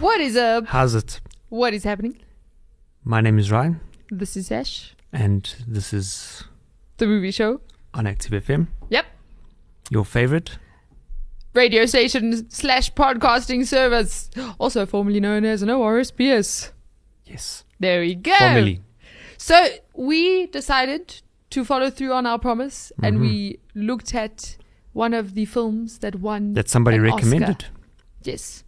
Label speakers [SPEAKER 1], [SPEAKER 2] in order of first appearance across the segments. [SPEAKER 1] What is up?
[SPEAKER 2] How's it?
[SPEAKER 1] What is happening?
[SPEAKER 2] My name is Ryan,
[SPEAKER 1] This is Ash,
[SPEAKER 2] and this is
[SPEAKER 1] the movie show.
[SPEAKER 2] on Active FM,
[SPEAKER 1] Yep.
[SPEAKER 2] your favorite.
[SPEAKER 1] Radio station slash podcasting service, also formerly known as an ORSPS.
[SPEAKER 2] Yes,
[SPEAKER 1] There we go.
[SPEAKER 2] formerly.
[SPEAKER 1] So we decided to follow through on our promise,
[SPEAKER 2] Mm-hmm.
[SPEAKER 1] and we looked at one of the films that won
[SPEAKER 2] That somebody
[SPEAKER 1] an Oscar.
[SPEAKER 2] recommended.
[SPEAKER 1] Yes,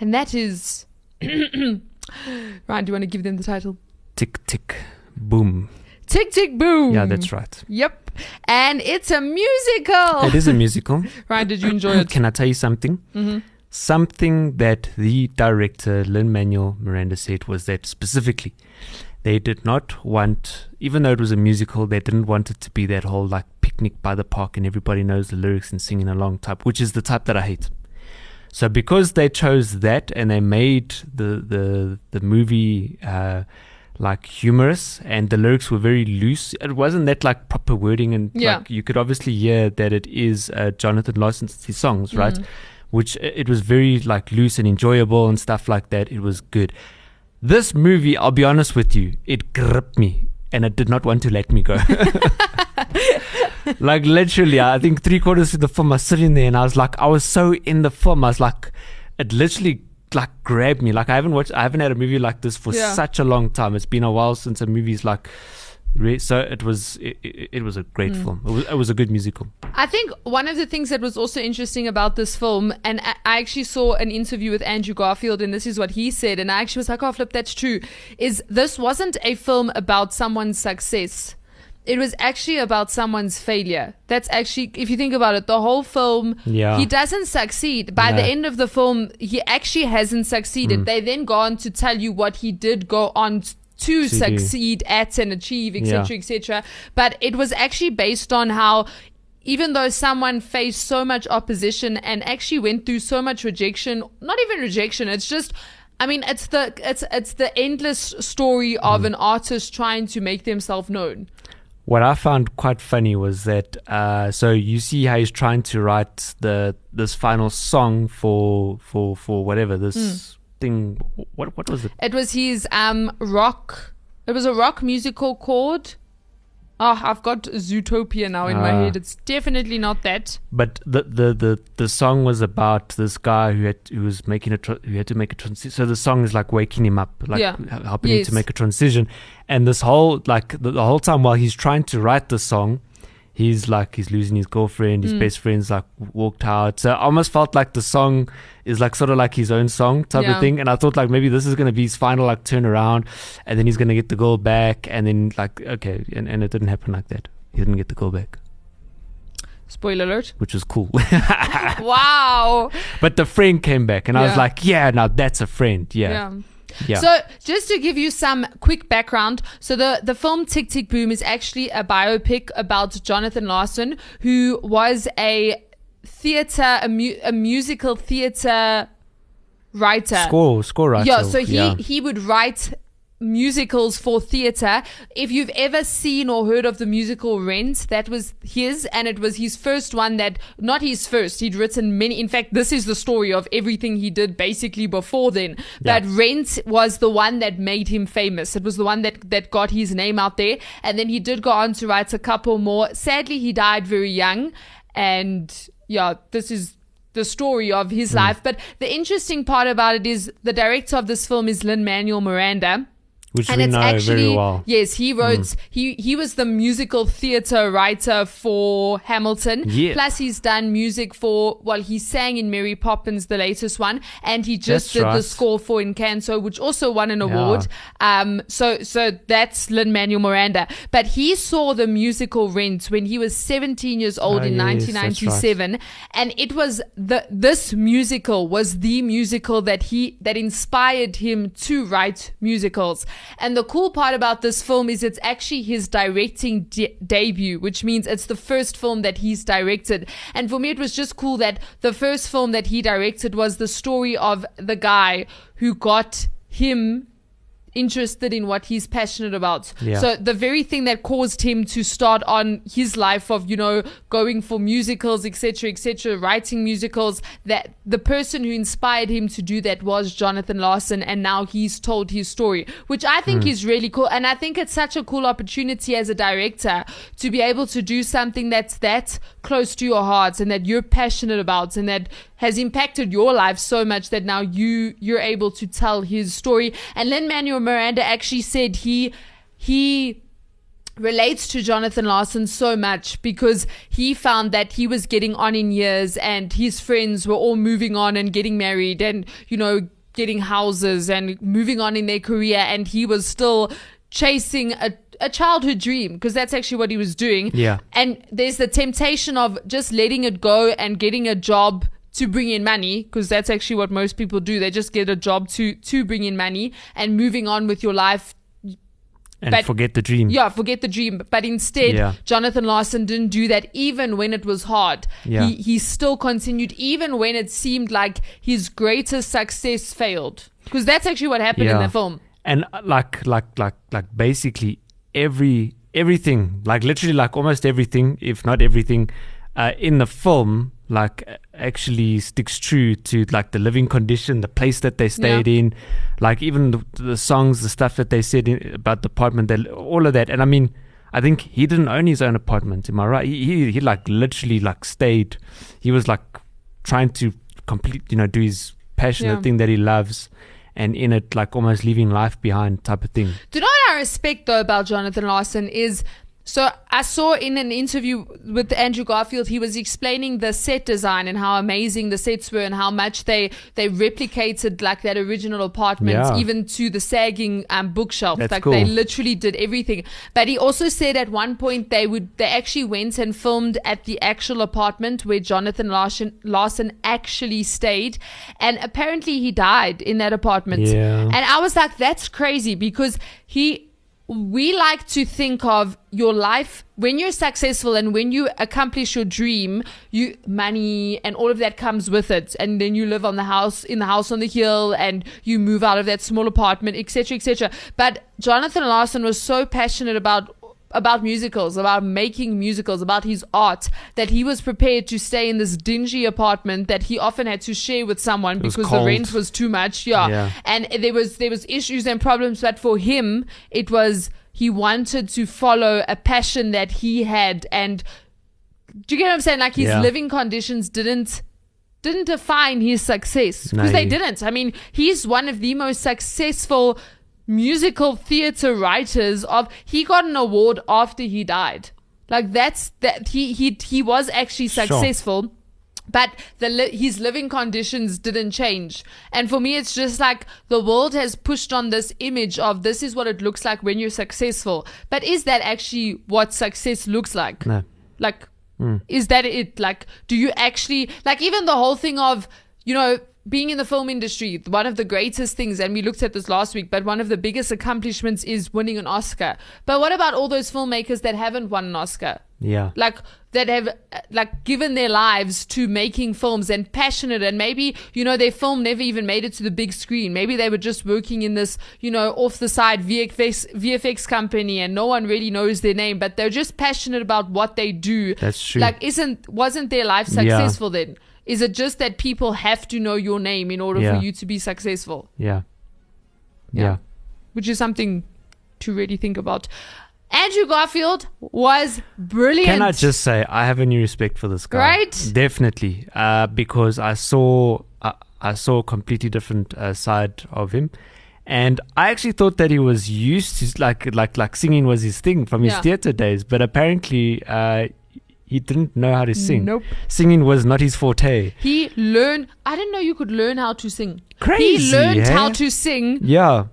[SPEAKER 1] and that is. Ryan, do you want to give them the title?
[SPEAKER 2] Tick, tick, boom.
[SPEAKER 1] Tick Tick Boom.
[SPEAKER 2] Yeah, that's right.
[SPEAKER 1] Yep, and it's a musical.
[SPEAKER 2] It is a musical.
[SPEAKER 1] Ryan, did you enjoy it? Mm-hmm.
[SPEAKER 2] Can I tell you something? Something that the director, Lin Manuel Miranda, said was that specifically they did not want, even though it was a musical, they didn't want it to be that whole like picnic by the park and everybody knows the lyrics and singing along type, which is the type that I hate. So because they chose that and they made the the the movie uh, like humorous and the lyrics were very loose, it wasn't that like proper wording and
[SPEAKER 1] Yeah.
[SPEAKER 2] like you could obviously hear that it is uh, Jonathan Larson's his songs, right? Which i- it was very like loose and enjoyable and stuff like that. It was good. This movie, I'll be honest with you, it gripped me and it did not want to let me go. like literally, I think three quarters of the film I was sitting there and I was like, I was so in the film. I was like, it literally like grabbed me. Like I haven't watched, I haven't had a movie like this for
[SPEAKER 1] Yeah.
[SPEAKER 2] such a long time. It's been a while since a movie's like. Re- so it was, it, it, it was a great film. It was, it was a good musical.
[SPEAKER 1] I think one of the things that was also interesting about this film, and I I actually saw an interview with Andrew Garfield, and this is what he said, and I actually was like, oh, flip, that's true, is this wasn't a film about someone's success. It was actually about someone's failure. That's actually, if you think about it, the whole film,
[SPEAKER 2] Yeah.
[SPEAKER 1] he doesn't succeed. By the
[SPEAKER 2] No. Mm.
[SPEAKER 1] end of the film, he actually hasn't succeeded. They then go on to tell you what he did go on t- to
[SPEAKER 2] do.
[SPEAKER 1] succeed at and achieve, etc.,
[SPEAKER 2] Yeah.
[SPEAKER 1] etc. But it was actually based on how, even though someone faced so much opposition and actually went through so much rejection, not even rejection, it's just. I mean, it's the it's it's the endless story
[SPEAKER 2] Mm-hmm.
[SPEAKER 1] of an artist trying to make themselves known.
[SPEAKER 2] What I found quite funny was that uh, so you see how he's trying to write the this final song for for for whatever this thing. What what was it?
[SPEAKER 1] It was his um rock. It was a rock musical called. Oh, I've got Zootopia now in my
[SPEAKER 2] Ah.
[SPEAKER 1] head. It's definitely not that.
[SPEAKER 2] But the, the the the song was about this guy who had who was making a tra- who had to make a transition. So the song is like waking him up, like
[SPEAKER 1] Yeah.
[SPEAKER 2] h- helping him
[SPEAKER 1] Yes.
[SPEAKER 2] to make a transition. And this whole like the, the whole time while he's trying to write the song, he's like he's losing his girlfriend.
[SPEAKER 1] Mm.
[SPEAKER 2] His best friend's like w- walked out. So I almost felt like the song is like sort of like his own song type
[SPEAKER 1] Yeah.
[SPEAKER 2] of thing. And I thought like maybe this is gonna be his final like turnaround, and then he's gonna get the girl back. And then like okay, and, and it didn't happen like that. He didn't get the girl back,
[SPEAKER 1] Spoiler alert.
[SPEAKER 2] which was cool.
[SPEAKER 1] wow.
[SPEAKER 2] But the friend came back, and I was
[SPEAKER 1] Yeah.
[SPEAKER 2] like, "Yeah, now that's a friend." Yeah,
[SPEAKER 1] Yeah.
[SPEAKER 2] yeah.
[SPEAKER 1] So, just to give you some quick background, so the the film Tick Tick Boom is actually a biopic about Jonathan Larson, who was a theater, a, mu- a musical theater writer.
[SPEAKER 2] score, score writer.
[SPEAKER 1] uh, Yeah, so he
[SPEAKER 2] yeah.
[SPEAKER 1] he would write musicals for theater. If you've ever seen or heard of the musical Rent, that was his and it was his first one that not his first. He'd written many in fact this is the story of everything he did basically before then.
[SPEAKER 2] Yeah.
[SPEAKER 1] But Rent was the one that made him famous. It was the one that that got his name out there and then he did go on to write a couple more. Sadly, he died very young and yeah, this is the story of his life. But the interesting part about it is the director of this film is Lin Manuel Miranda.
[SPEAKER 2] which we know very well. Mm.
[SPEAKER 1] yes, he wrote. He he was the musical theater writer for Hamilton.
[SPEAKER 2] Yeah.
[SPEAKER 1] Plus, he's done music for. Well, he sang in Mary Poppins, the latest one, and he just
[SPEAKER 2] That's
[SPEAKER 1] did the
[SPEAKER 2] right.
[SPEAKER 1] score for Encanto, which also won an
[SPEAKER 2] Yeah.
[SPEAKER 1] award. Um. So so that's Lin Manuel Miranda. But he saw the musical Rent when he was 17 years old
[SPEAKER 2] Ah,
[SPEAKER 1] in
[SPEAKER 2] yes, that's right.
[SPEAKER 1] 1997, and it was the this musical was the musical that he that inspired him to write musicals. And the cool part about this film is it's actually his directing de- debut, which means it's the first film that he's directed. And for me, it was just cool that the first film that he directed was the story of the guy who got him interested in what he's passionate about.
[SPEAKER 2] Yeah.
[SPEAKER 1] So the very thing that caused him to start on his life of you know going for musicals, etc., etc., writing musicals. That the person who inspired him to do that was Jonathan Larson, and now he's told his story, which I think is really cool. And I think it's such a cool opportunity as a director to be able to do something that's that close to your heart and that you're passionate about and that has impacted your life so much that now you you're able to tell his story. And Lin Manuel Miranda actually said he he relates to Jonathan Larson so much because he found that he was getting on in years and his friends were all moving on and getting married and you know getting houses and moving on in their career and he was still chasing a a childhood dream because that's actually what he was doing
[SPEAKER 2] Yeah.
[SPEAKER 1] and there's the temptation of just letting it go and getting a job to bring in money because that's actually what most people do they just get a job to to bring in money and moving on with your life
[SPEAKER 2] and
[SPEAKER 1] but-
[SPEAKER 2] forget the dream.
[SPEAKER 1] yeah, forget the dream. But instead,
[SPEAKER 2] Yeah.
[SPEAKER 1] Jonathan Larson didn't do that even when it was hard.
[SPEAKER 2] Yeah.
[SPEAKER 1] He, he still continued even when it seemed like his greatest success failed. Because that's actually what happened in
[SPEAKER 2] Yeah.
[SPEAKER 1] the film.
[SPEAKER 2] and uh, like like like like basically every everything like literally like almost everything if not everything uh, in the film like a- actually sticks true to like the living condition the place that they stayed in like even the, the songs the stuff that they said in, about the apartment that all of that and i mean i think he didn't own his own apartment am i right he, he, he like literally like stayed he was like trying to complete you know do his passionate
[SPEAKER 1] Yeah.
[SPEAKER 2] thing that he loves and in it like almost leaving life behind type of thing
[SPEAKER 1] Do you know what I respect though about Jonathan Larson is so I saw in an interview with Andrew Garfield, he was explaining the set design and how amazing the sets were and how much they they replicated like that original apartment,
[SPEAKER 2] Yeah.
[SPEAKER 1] even to the sagging um, bookshelf.
[SPEAKER 2] That's
[SPEAKER 1] like
[SPEAKER 2] cool.
[SPEAKER 1] they literally did everything. But he also said at one point they would they actually went and filmed at the actual apartment where Jonathan Larson Larson actually stayed, and apparently he died in that apartment.
[SPEAKER 2] Yeah.
[SPEAKER 1] And I was like, that's crazy because he, we like to think of your life when you're successful and when you accomplish your dream, you money and all of that comes with it, and then you live on the house in the house on the hill, and you move out of that small apartment, etc., etc. But Jonathan Larson was so passionate about about musicals, about making musicals, about his art, that he was prepared to stay in this dingy apartment that he often had to share with someone
[SPEAKER 2] was
[SPEAKER 1] because the
[SPEAKER 2] cold.
[SPEAKER 1] rent was too much. Yeah.
[SPEAKER 2] Yeah.
[SPEAKER 1] And there was there was issues and problems, but for him it was he wanted to follow a passion that he had and do you get what I'm saying? Like his
[SPEAKER 2] Yeah.
[SPEAKER 1] living conditions didn't didn't define his success because
[SPEAKER 2] No.
[SPEAKER 1] they didn't. I mean, he's one of the most successful musical theater writers of he got an award after he died. Like that's that he he he was actually
[SPEAKER 2] Sure.
[SPEAKER 1] successful. But the li- his living conditions didn't change, and for me, it's just like the world has pushed on this image of this is what it looks like when you're successful. But is that actually what success looks like?
[SPEAKER 2] no Hmm.
[SPEAKER 1] Like, is that it? Like, do you actually, like, even the whole thing of, you know, being in the film industry, one of the greatest things, and we looked at this last week, but one of the biggest accomplishments is winning an Oscar. But what about all those filmmakers that haven't won an Oscar?
[SPEAKER 2] yeah
[SPEAKER 1] like that have uh, like given their lives to making films and passionate and maybe you know their film never even made it to the big screen maybe they were just working in this you know off the side VFX VFX company and no one really knows their name but they're just passionate about what they do
[SPEAKER 2] That's true.
[SPEAKER 1] like isn't wasn't their life
[SPEAKER 2] Yeah.
[SPEAKER 1] successful then is it just that people have to know your name in order
[SPEAKER 2] Yeah.
[SPEAKER 1] for you to be successful
[SPEAKER 2] yeah
[SPEAKER 1] Yeah.
[SPEAKER 2] yeah
[SPEAKER 1] which is something to really think about Andrew Garfield was brilliant
[SPEAKER 2] Can I just say I have a new respect for this guy?
[SPEAKER 1] Right?
[SPEAKER 2] definitely, uh, because I saw I, I saw a completely different uh, side uh, of him, And I actually thought that he was used to like like like singing was his thing from his
[SPEAKER 1] Yeah.
[SPEAKER 2] theater days, but apparently uh, he didn't know how to sing.
[SPEAKER 1] Nope.
[SPEAKER 2] Singing was not his forte.
[SPEAKER 1] He learned. I didn't know you could learn how to sing. He
[SPEAKER 2] Crazy,
[SPEAKER 1] learned
[SPEAKER 2] eh?
[SPEAKER 1] how to sing,
[SPEAKER 2] Yeah.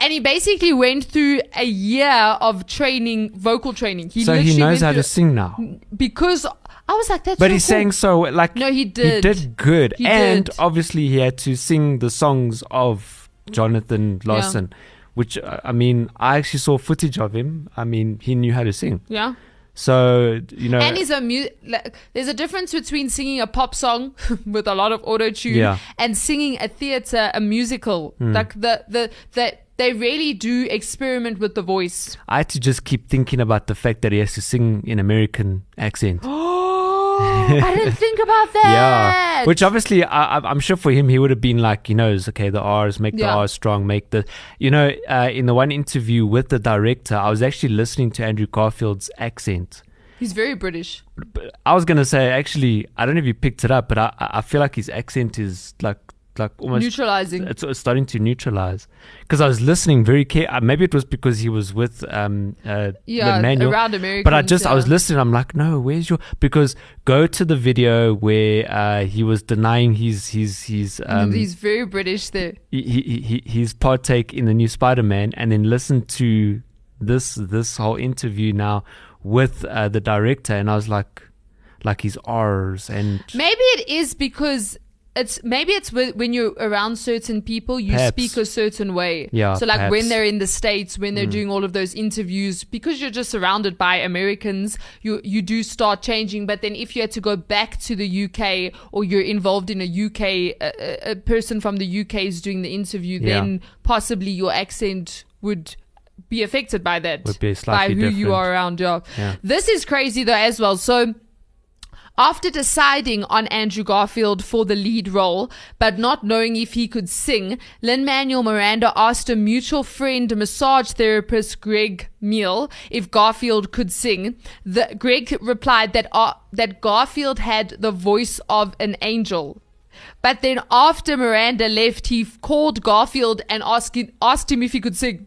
[SPEAKER 1] and he basically went through a year of training, vocal training. He
[SPEAKER 2] so
[SPEAKER 1] literally
[SPEAKER 2] he knows
[SPEAKER 1] went
[SPEAKER 2] how
[SPEAKER 1] through-
[SPEAKER 2] to sing now.
[SPEAKER 1] because I was like, "That's."
[SPEAKER 2] But
[SPEAKER 1] so
[SPEAKER 2] he sang
[SPEAKER 1] cool.
[SPEAKER 2] so like
[SPEAKER 1] No, he did.
[SPEAKER 2] He did good,
[SPEAKER 1] He
[SPEAKER 2] and
[SPEAKER 1] did.
[SPEAKER 2] obviously he had to sing the songs of Jonathan Larson, which uh, I mean, I actually saw footage of him. I mean, he knew how to sing.
[SPEAKER 1] Yeah.
[SPEAKER 2] So you know,
[SPEAKER 1] and he's a mu- like, there's a difference between singing a pop song with a lot of auto tune
[SPEAKER 2] Yeah. Hmm.
[SPEAKER 1] and singing a theater a musical like the the that they really do experiment with the voice
[SPEAKER 2] I had to just keep thinking about the fact that he has to sing in American accent.
[SPEAKER 1] Oh, i didn't think about that
[SPEAKER 2] Yeah, which obviously I, I'm- I'm sure for him he would have been like, you know, it's okay, the R's make
[SPEAKER 1] Yeah.
[SPEAKER 2] the R's strong, make the, you know, uh, in the one interview with the director, I was actually listening to Andrew Garfield's accent.
[SPEAKER 1] he's very british
[SPEAKER 2] But I was gonna say actually, I don't know if you picked it up, but I I I feel like his accent is like like almost
[SPEAKER 1] Neutralizing.
[SPEAKER 2] It's, it's starting to neutralize because I was listening very care. uh, Maybe it was because he was with um uh,
[SPEAKER 1] Yeah,
[SPEAKER 2] Lin Manuel,
[SPEAKER 1] around
[SPEAKER 2] But I
[SPEAKER 1] Americans,
[SPEAKER 2] just I was
[SPEAKER 1] yeah.
[SPEAKER 2] listening. I'm like, no, where's your? Because go to the video where uh, he was denying his his his um
[SPEAKER 1] he's very british there
[SPEAKER 2] he- he, he, his partake in the new Spider-Man, and then listen to this this whole interview now with uh, the director, and I was like, like his R's and
[SPEAKER 1] maybe it is because it's maybe it's whe- when you're around certain people you
[SPEAKER 2] Perhaps.
[SPEAKER 1] speak a certain way
[SPEAKER 2] Yeah,
[SPEAKER 1] so like when
[SPEAKER 2] perhaps. Mm.
[SPEAKER 1] they're in the states when they're doing all of those interviews because you're just surrounded by americans you you do start changing but then if you had to go back to the uk or you're involved in a uk a, a- a person from the uk is doing the interview
[SPEAKER 2] Yeah.
[SPEAKER 1] then possibly your accent would be affected by that
[SPEAKER 2] Would be
[SPEAKER 1] by
[SPEAKER 2] slightly
[SPEAKER 1] who you
[SPEAKER 2] different.
[SPEAKER 1] are around yeah.
[SPEAKER 2] Yeah.
[SPEAKER 1] this is crazy though as well so after deciding on Andrew Garfield for the lead role, but not knowing if he could sing, Lin Manuel Miranda asked a mutual friend, massage therapist Greg Mill, if Garfield could sing. The, Greg replied that, uh, that Garfield had the voice of an angel. But then after Miranda left, he called Garfield and asked, asked him if he could sing.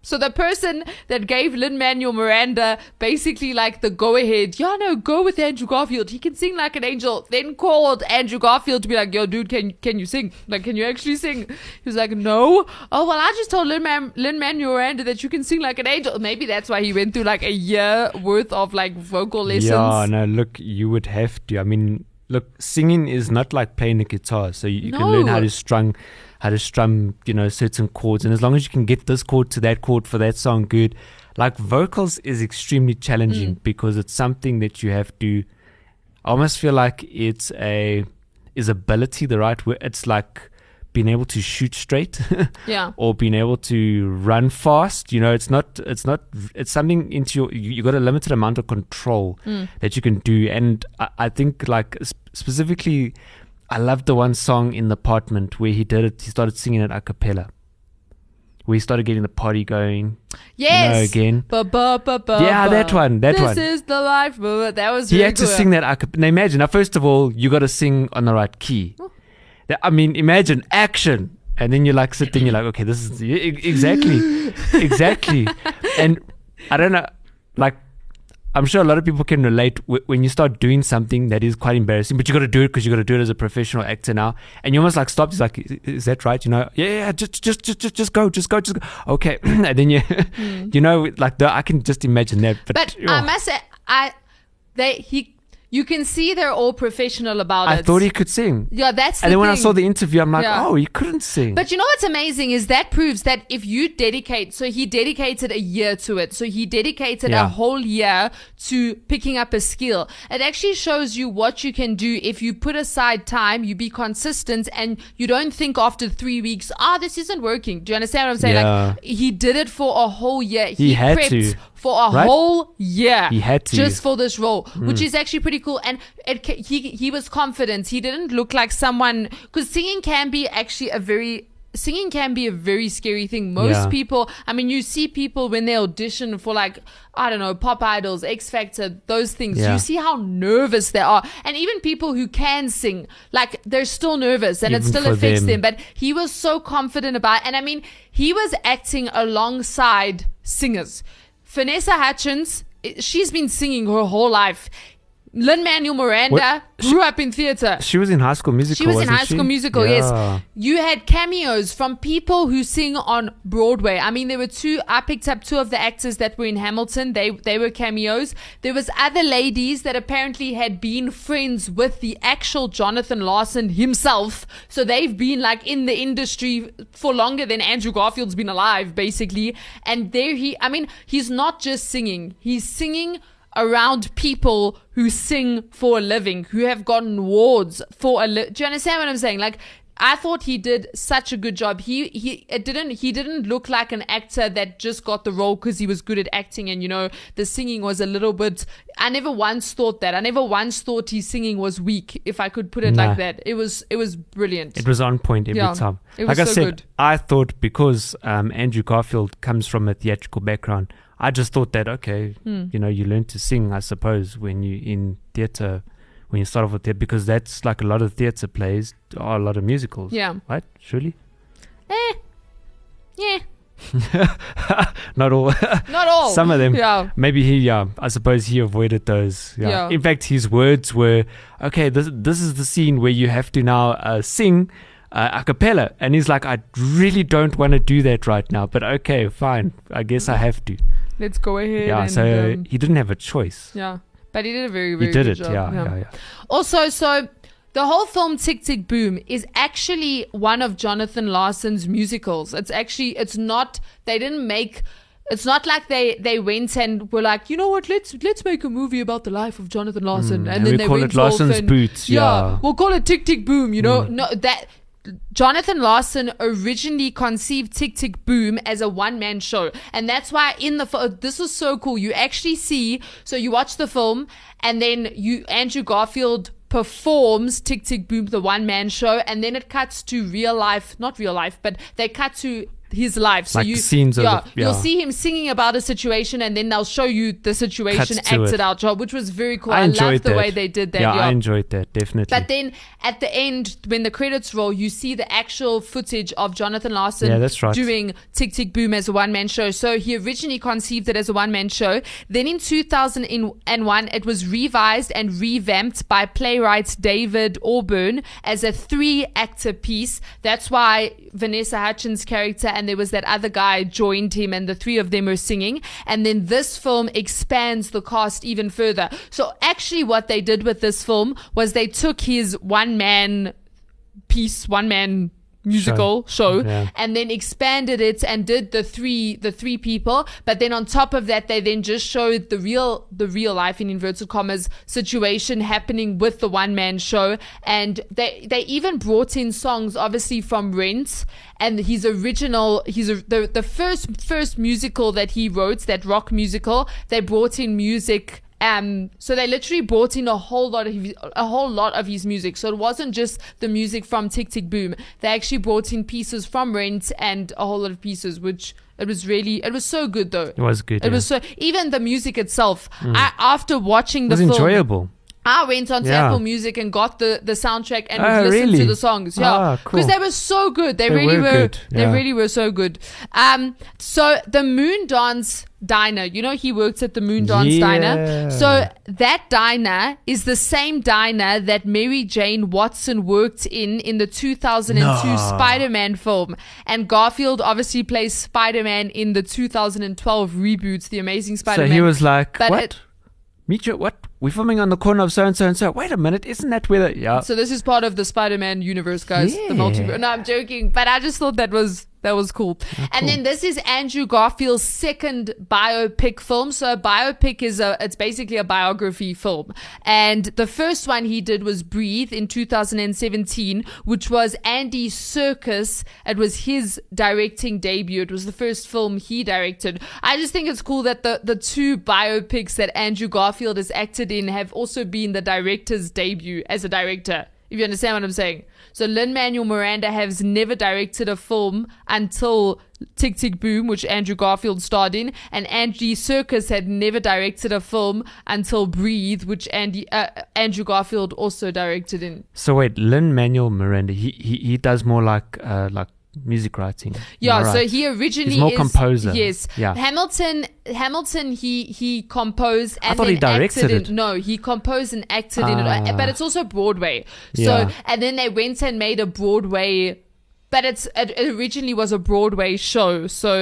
[SPEAKER 1] So the person that gave Lin Manuel Miranda basically like the go ahead, yeah, no, go with Andrew Garfield. He can sing like an angel. Then called Andrew Garfield to be like, yo, dude, can can you sing? Like, can you actually sing? He was like, no. Oh well, I just told Lin Manuel Miranda that you can sing like an angel. Maybe that's why he went through like a year worth of like vocal lessons.
[SPEAKER 2] yeah. No, look, you would have to. I mean, look, singing is not like playing the guitar, so you, you can learn how
[SPEAKER 1] No.
[SPEAKER 2] to strum, how to strum, you know, certain chords, and as long as you can get this chord to that chord for that song, good. Like vocals is extremely challenging
[SPEAKER 1] Mm.
[SPEAKER 2] because it's something that you have to. I almost feel like it's a is ability the right word. It's like being able to shoot straight,
[SPEAKER 1] Yeah.
[SPEAKER 2] or being able to run fast. You know, it's not it's not it's something into your you, you got a limited amount of control that you can do, and I, I think like sp- specifically. I love the one song in the apartment where he did it. He started singing it a cappella, where he started getting the party going.
[SPEAKER 1] Yes.
[SPEAKER 2] No, again.
[SPEAKER 1] Ba, ba, ba, ba,
[SPEAKER 2] Yeah,
[SPEAKER 1] ba.
[SPEAKER 2] that one, that
[SPEAKER 1] this
[SPEAKER 2] one.
[SPEAKER 1] is the life. Ba, ba. That was.
[SPEAKER 2] He
[SPEAKER 1] really
[SPEAKER 2] had to
[SPEAKER 1] cool.
[SPEAKER 2] sing that. a capp- Now imagine. Now, first of all, you got to sing on the right key. That- I mean, imagine action, and then you like sit there and you're like, okay, this is e- e- exactly, exactly. And I don't know, like, I'm sure a lot of people can relate w- when you start doing something that is quite embarrassing, but you got to do it because you got to do it as a professional actor now. And you almost like stop. It's like, "Is- is that right? You know, yeah, yeah, yeah, just, just, just, just, just go, just go, just go. Okay, and then you, you know, like, the, I can just imagine that. But,
[SPEAKER 1] But I
[SPEAKER 2] oh.
[SPEAKER 1] must say, I they he you can see they're all professional about it.
[SPEAKER 2] I thought he could sing.
[SPEAKER 1] yeah, that's.
[SPEAKER 2] And then
[SPEAKER 1] the
[SPEAKER 2] when I
[SPEAKER 1] thing.
[SPEAKER 2] saw the interview, I'm like,
[SPEAKER 1] Yeah.
[SPEAKER 2] oh, he couldn't sing.
[SPEAKER 1] But you know what's amazing is that proves that if you dedicate, so he dedicated a year to it. So he dedicated a
[SPEAKER 2] Yeah.
[SPEAKER 1] whole year to picking up a skill. It actually shows you what you can do if you put aside time, you be consistent, and you don't think after three weeks, ah, this isn't working. Do you understand what I'm saying?
[SPEAKER 2] Yeah.
[SPEAKER 1] Like he did it for a whole year. He,
[SPEAKER 2] had
[SPEAKER 1] prepped
[SPEAKER 2] to,
[SPEAKER 1] for a
[SPEAKER 2] right?
[SPEAKER 1] whole year.
[SPEAKER 2] He had to.
[SPEAKER 1] just for this role,
[SPEAKER 2] Hmm.
[SPEAKER 1] which is actually pretty cool. And it, ca- he he was confident. He didn't look like someone because singing can be actually a very singing can be a very scary thing. Most
[SPEAKER 2] Yeah.
[SPEAKER 1] people, I mean, you see people when they audition for like, I don't know, Pop Idols, X Factor, those things.
[SPEAKER 2] Yeah.
[SPEAKER 1] You see how nervous they are. And even people who can sing, like, they're still nervous and it
[SPEAKER 2] Even
[SPEAKER 1] still
[SPEAKER 2] for
[SPEAKER 1] affects them.
[SPEAKER 2] them.
[SPEAKER 1] But he was so confident about And I mean, he was acting alongside singers. Vanessa Hutchins, i- she's been singing her whole life. Lin Manuel Miranda grew up in theater.
[SPEAKER 2] She was in High School Musical.
[SPEAKER 1] She was in
[SPEAKER 2] wasn't
[SPEAKER 1] High School
[SPEAKER 2] she?
[SPEAKER 1] Musical,
[SPEAKER 2] Yeah.
[SPEAKER 1] yes. You had cameos from people who sing on Broadway. I mean, there were two. I picked up two of the actors that were in Hamilton. They they were cameos. There was other ladies that apparently had been friends with the actual Jonathan Larson himself. So they've been like in the industry for longer than Andrew Garfield's been alive, basically. And there he, I mean, he's not just singing. He's singing around people who sing for a living, who have gotten awards for a li- Do you understand what I'm saying? Like, I thought he did such a good job. He he it didn't he didn't look like an actor that just got the role because he was good at acting and you know the singing was a little bit. I never once thought that. I never once thought his singing was weak. If I could put it
[SPEAKER 2] Nah.
[SPEAKER 1] like that, it was it was brilliant.
[SPEAKER 2] It was on point every
[SPEAKER 1] Yeah,
[SPEAKER 2] time.
[SPEAKER 1] it
[SPEAKER 2] like
[SPEAKER 1] was
[SPEAKER 2] I
[SPEAKER 1] so
[SPEAKER 2] said,
[SPEAKER 1] good.
[SPEAKER 2] I thought because um, Andrew Garfield comes from a theatrical background, I just thought that okay,
[SPEAKER 1] Hmm.
[SPEAKER 2] you know, you learn to sing, I suppose, when you in theatre, when you start off with theatre, because that's like a lot of theatre plays are a lot of musicals.
[SPEAKER 1] Yeah.
[SPEAKER 2] right? Surely
[SPEAKER 1] eh, yeah,
[SPEAKER 2] not all.
[SPEAKER 1] not all.
[SPEAKER 2] Some of them.
[SPEAKER 1] Yeah.
[SPEAKER 2] Maybe he, yeah, I suppose he avoided those. Yeah.
[SPEAKER 1] Yeah.
[SPEAKER 2] In fact, his words were, "Okay, this this is the scene where you have to now uh, sing uh, a cappella," and he's like, "I really don't want to do that right now, but okay, fine, I guess I have to."
[SPEAKER 1] Let's go ahead.
[SPEAKER 2] Yeah.
[SPEAKER 1] and,
[SPEAKER 2] So
[SPEAKER 1] um,
[SPEAKER 2] he didn't have a choice.
[SPEAKER 1] yeah, but he did a very very
[SPEAKER 2] He did
[SPEAKER 1] good
[SPEAKER 2] it.
[SPEAKER 1] job.
[SPEAKER 2] Yeah, yeah, yeah,
[SPEAKER 1] Also, so the whole film Tick Tick Boom is actually one of Jonathan Larson's musicals. It's actually it's not they didn't make it's not like they they went and were like, you know what, let's let's make a movie about the life of Jonathan Larson
[SPEAKER 2] Mm, and we
[SPEAKER 1] they
[SPEAKER 2] call
[SPEAKER 1] went
[SPEAKER 2] it Larson's
[SPEAKER 1] off and-
[SPEAKER 2] Boots, yeah.
[SPEAKER 1] We'll call it Tick Tick Boom, you
[SPEAKER 2] Mm.
[SPEAKER 1] know? No that Jonathan Larson originally conceived Tick Tick Boom as a one man show. And that's why in the fo- this is so cool. You actually see so you watch the film and then you Andrew Garfield performs Tick Tick Boom the one man show and then it cuts to real life, not real life, but they cut to his life. So
[SPEAKER 2] Like
[SPEAKER 1] you
[SPEAKER 2] scenes of
[SPEAKER 1] yeah,
[SPEAKER 2] the-
[SPEAKER 1] you'll
[SPEAKER 2] yeah.
[SPEAKER 1] see him singing about a situation and then they'll show you the situation
[SPEAKER 2] Cuts to
[SPEAKER 1] acted
[SPEAKER 2] it.
[SPEAKER 1] out, which was very cool.
[SPEAKER 2] I
[SPEAKER 1] I,
[SPEAKER 2] enjoyed
[SPEAKER 1] loved the
[SPEAKER 2] that.
[SPEAKER 1] way they did that.
[SPEAKER 2] Yeah, I
[SPEAKER 1] yeah.
[SPEAKER 2] enjoyed that definitely.
[SPEAKER 1] But then at the end, when the credits roll, you see the actual footage of Jonathan Larson
[SPEAKER 2] Yeah, that's right.
[SPEAKER 1] doing Tick Tick Boom as a one man show. So he originally conceived it as a one man show. Then in 2001, it was revised and revamped by playwright David Auburn as a three actor piece. That's why Vanessa Hutchins' character and there was that other guy joined him, and the three of them are singing. And then this film expands the cast even further. So actually, what they did with this film was they took his one man piece, one man musical show,
[SPEAKER 2] Yeah.
[SPEAKER 1] and then expanded it and did the three the three people. But then on top of that, they then just showed the real the real life in inverted commas situation happening with the one man show, and they they even brought in songs obviously from Rent and his original his the the first first musical that he wrote that rock musical. They brought in music um, so they literally brought in a whole lot of his- a whole lot of his music. So it wasn't just the music from Tick Tick Boom. They actually brought in pieces from Rent and a whole lot of pieces, which it was really it was so good though.
[SPEAKER 2] it was good. Mm.
[SPEAKER 1] It was so even the music itself. I, after watching
[SPEAKER 2] It
[SPEAKER 1] the
[SPEAKER 2] was
[SPEAKER 1] film,
[SPEAKER 2] enjoyable.
[SPEAKER 1] I went onto
[SPEAKER 2] Yeah.
[SPEAKER 1] Apple Music and got the, the soundtrack and
[SPEAKER 2] Oh,
[SPEAKER 1] listened
[SPEAKER 2] really?
[SPEAKER 1] to the songs. Yeah,
[SPEAKER 2] Ah, cool.
[SPEAKER 1] they were so good. They,
[SPEAKER 2] They
[SPEAKER 1] really
[SPEAKER 2] were
[SPEAKER 1] were.
[SPEAKER 2] good,
[SPEAKER 1] They
[SPEAKER 2] yeah.
[SPEAKER 1] really were so good. Um, so the Moon Dance Diner. You know he works at the Moon Dance
[SPEAKER 2] Yeah.
[SPEAKER 1] Diner. So that diner is the same diner that Mary Jane Watson worked in in the 2002 Spider-Man film, and Garfield obviously plays Spider-Man in the 2012 reboot, The Amazing
[SPEAKER 2] So
[SPEAKER 1] Spider-Man.
[SPEAKER 2] he was like,
[SPEAKER 1] But
[SPEAKER 2] "What?
[SPEAKER 1] it-
[SPEAKER 2] Meet you? What? We're filming on the corner of so and so and so. Wait a minute, isn't that where? The, yeah,
[SPEAKER 1] So this is part of the Spider-Man universe, guys.
[SPEAKER 2] Yeah.
[SPEAKER 1] The multiverse. No, I'm joking, but I just thought that was that was cool. And then this is Andrew Garfield's second biopic film. So a biopic is a it's basically a biography film. And the first one he did was Breathe in 2017, which was Andy Circus. It was his directing debut. It was the first film he directed. I just think it's cool that the the two biopics that Andrew Garfield has acted in have also been the director's debut as a director. If you understand what I'm saying. So Lin Manuel Miranda has never directed a film until Tick Tick Boom, which Andrew Garfield starred in, and Andy Circus had never directed a film until Breathe, which Andy uh, Andrew Garfield also directed in.
[SPEAKER 2] So wait, Lin Manuel Miranda, he, he he does more like uh like music writing.
[SPEAKER 1] Yeah,
[SPEAKER 2] Am I
[SPEAKER 1] so
[SPEAKER 2] right?
[SPEAKER 1] he originally
[SPEAKER 2] He's more
[SPEAKER 1] is,
[SPEAKER 2] composer.
[SPEAKER 1] Yes,
[SPEAKER 2] Yeah.
[SPEAKER 1] Hamilton. Hamilton. He he composed and
[SPEAKER 2] thought
[SPEAKER 1] then
[SPEAKER 2] he directed
[SPEAKER 1] acted in.
[SPEAKER 2] it.
[SPEAKER 1] No, he composed and acted in
[SPEAKER 2] Ah.
[SPEAKER 1] it, but it's also Broadway. So
[SPEAKER 2] Yeah.
[SPEAKER 1] and then they went and made a Broadway, but it's it it originally was a Broadway show. So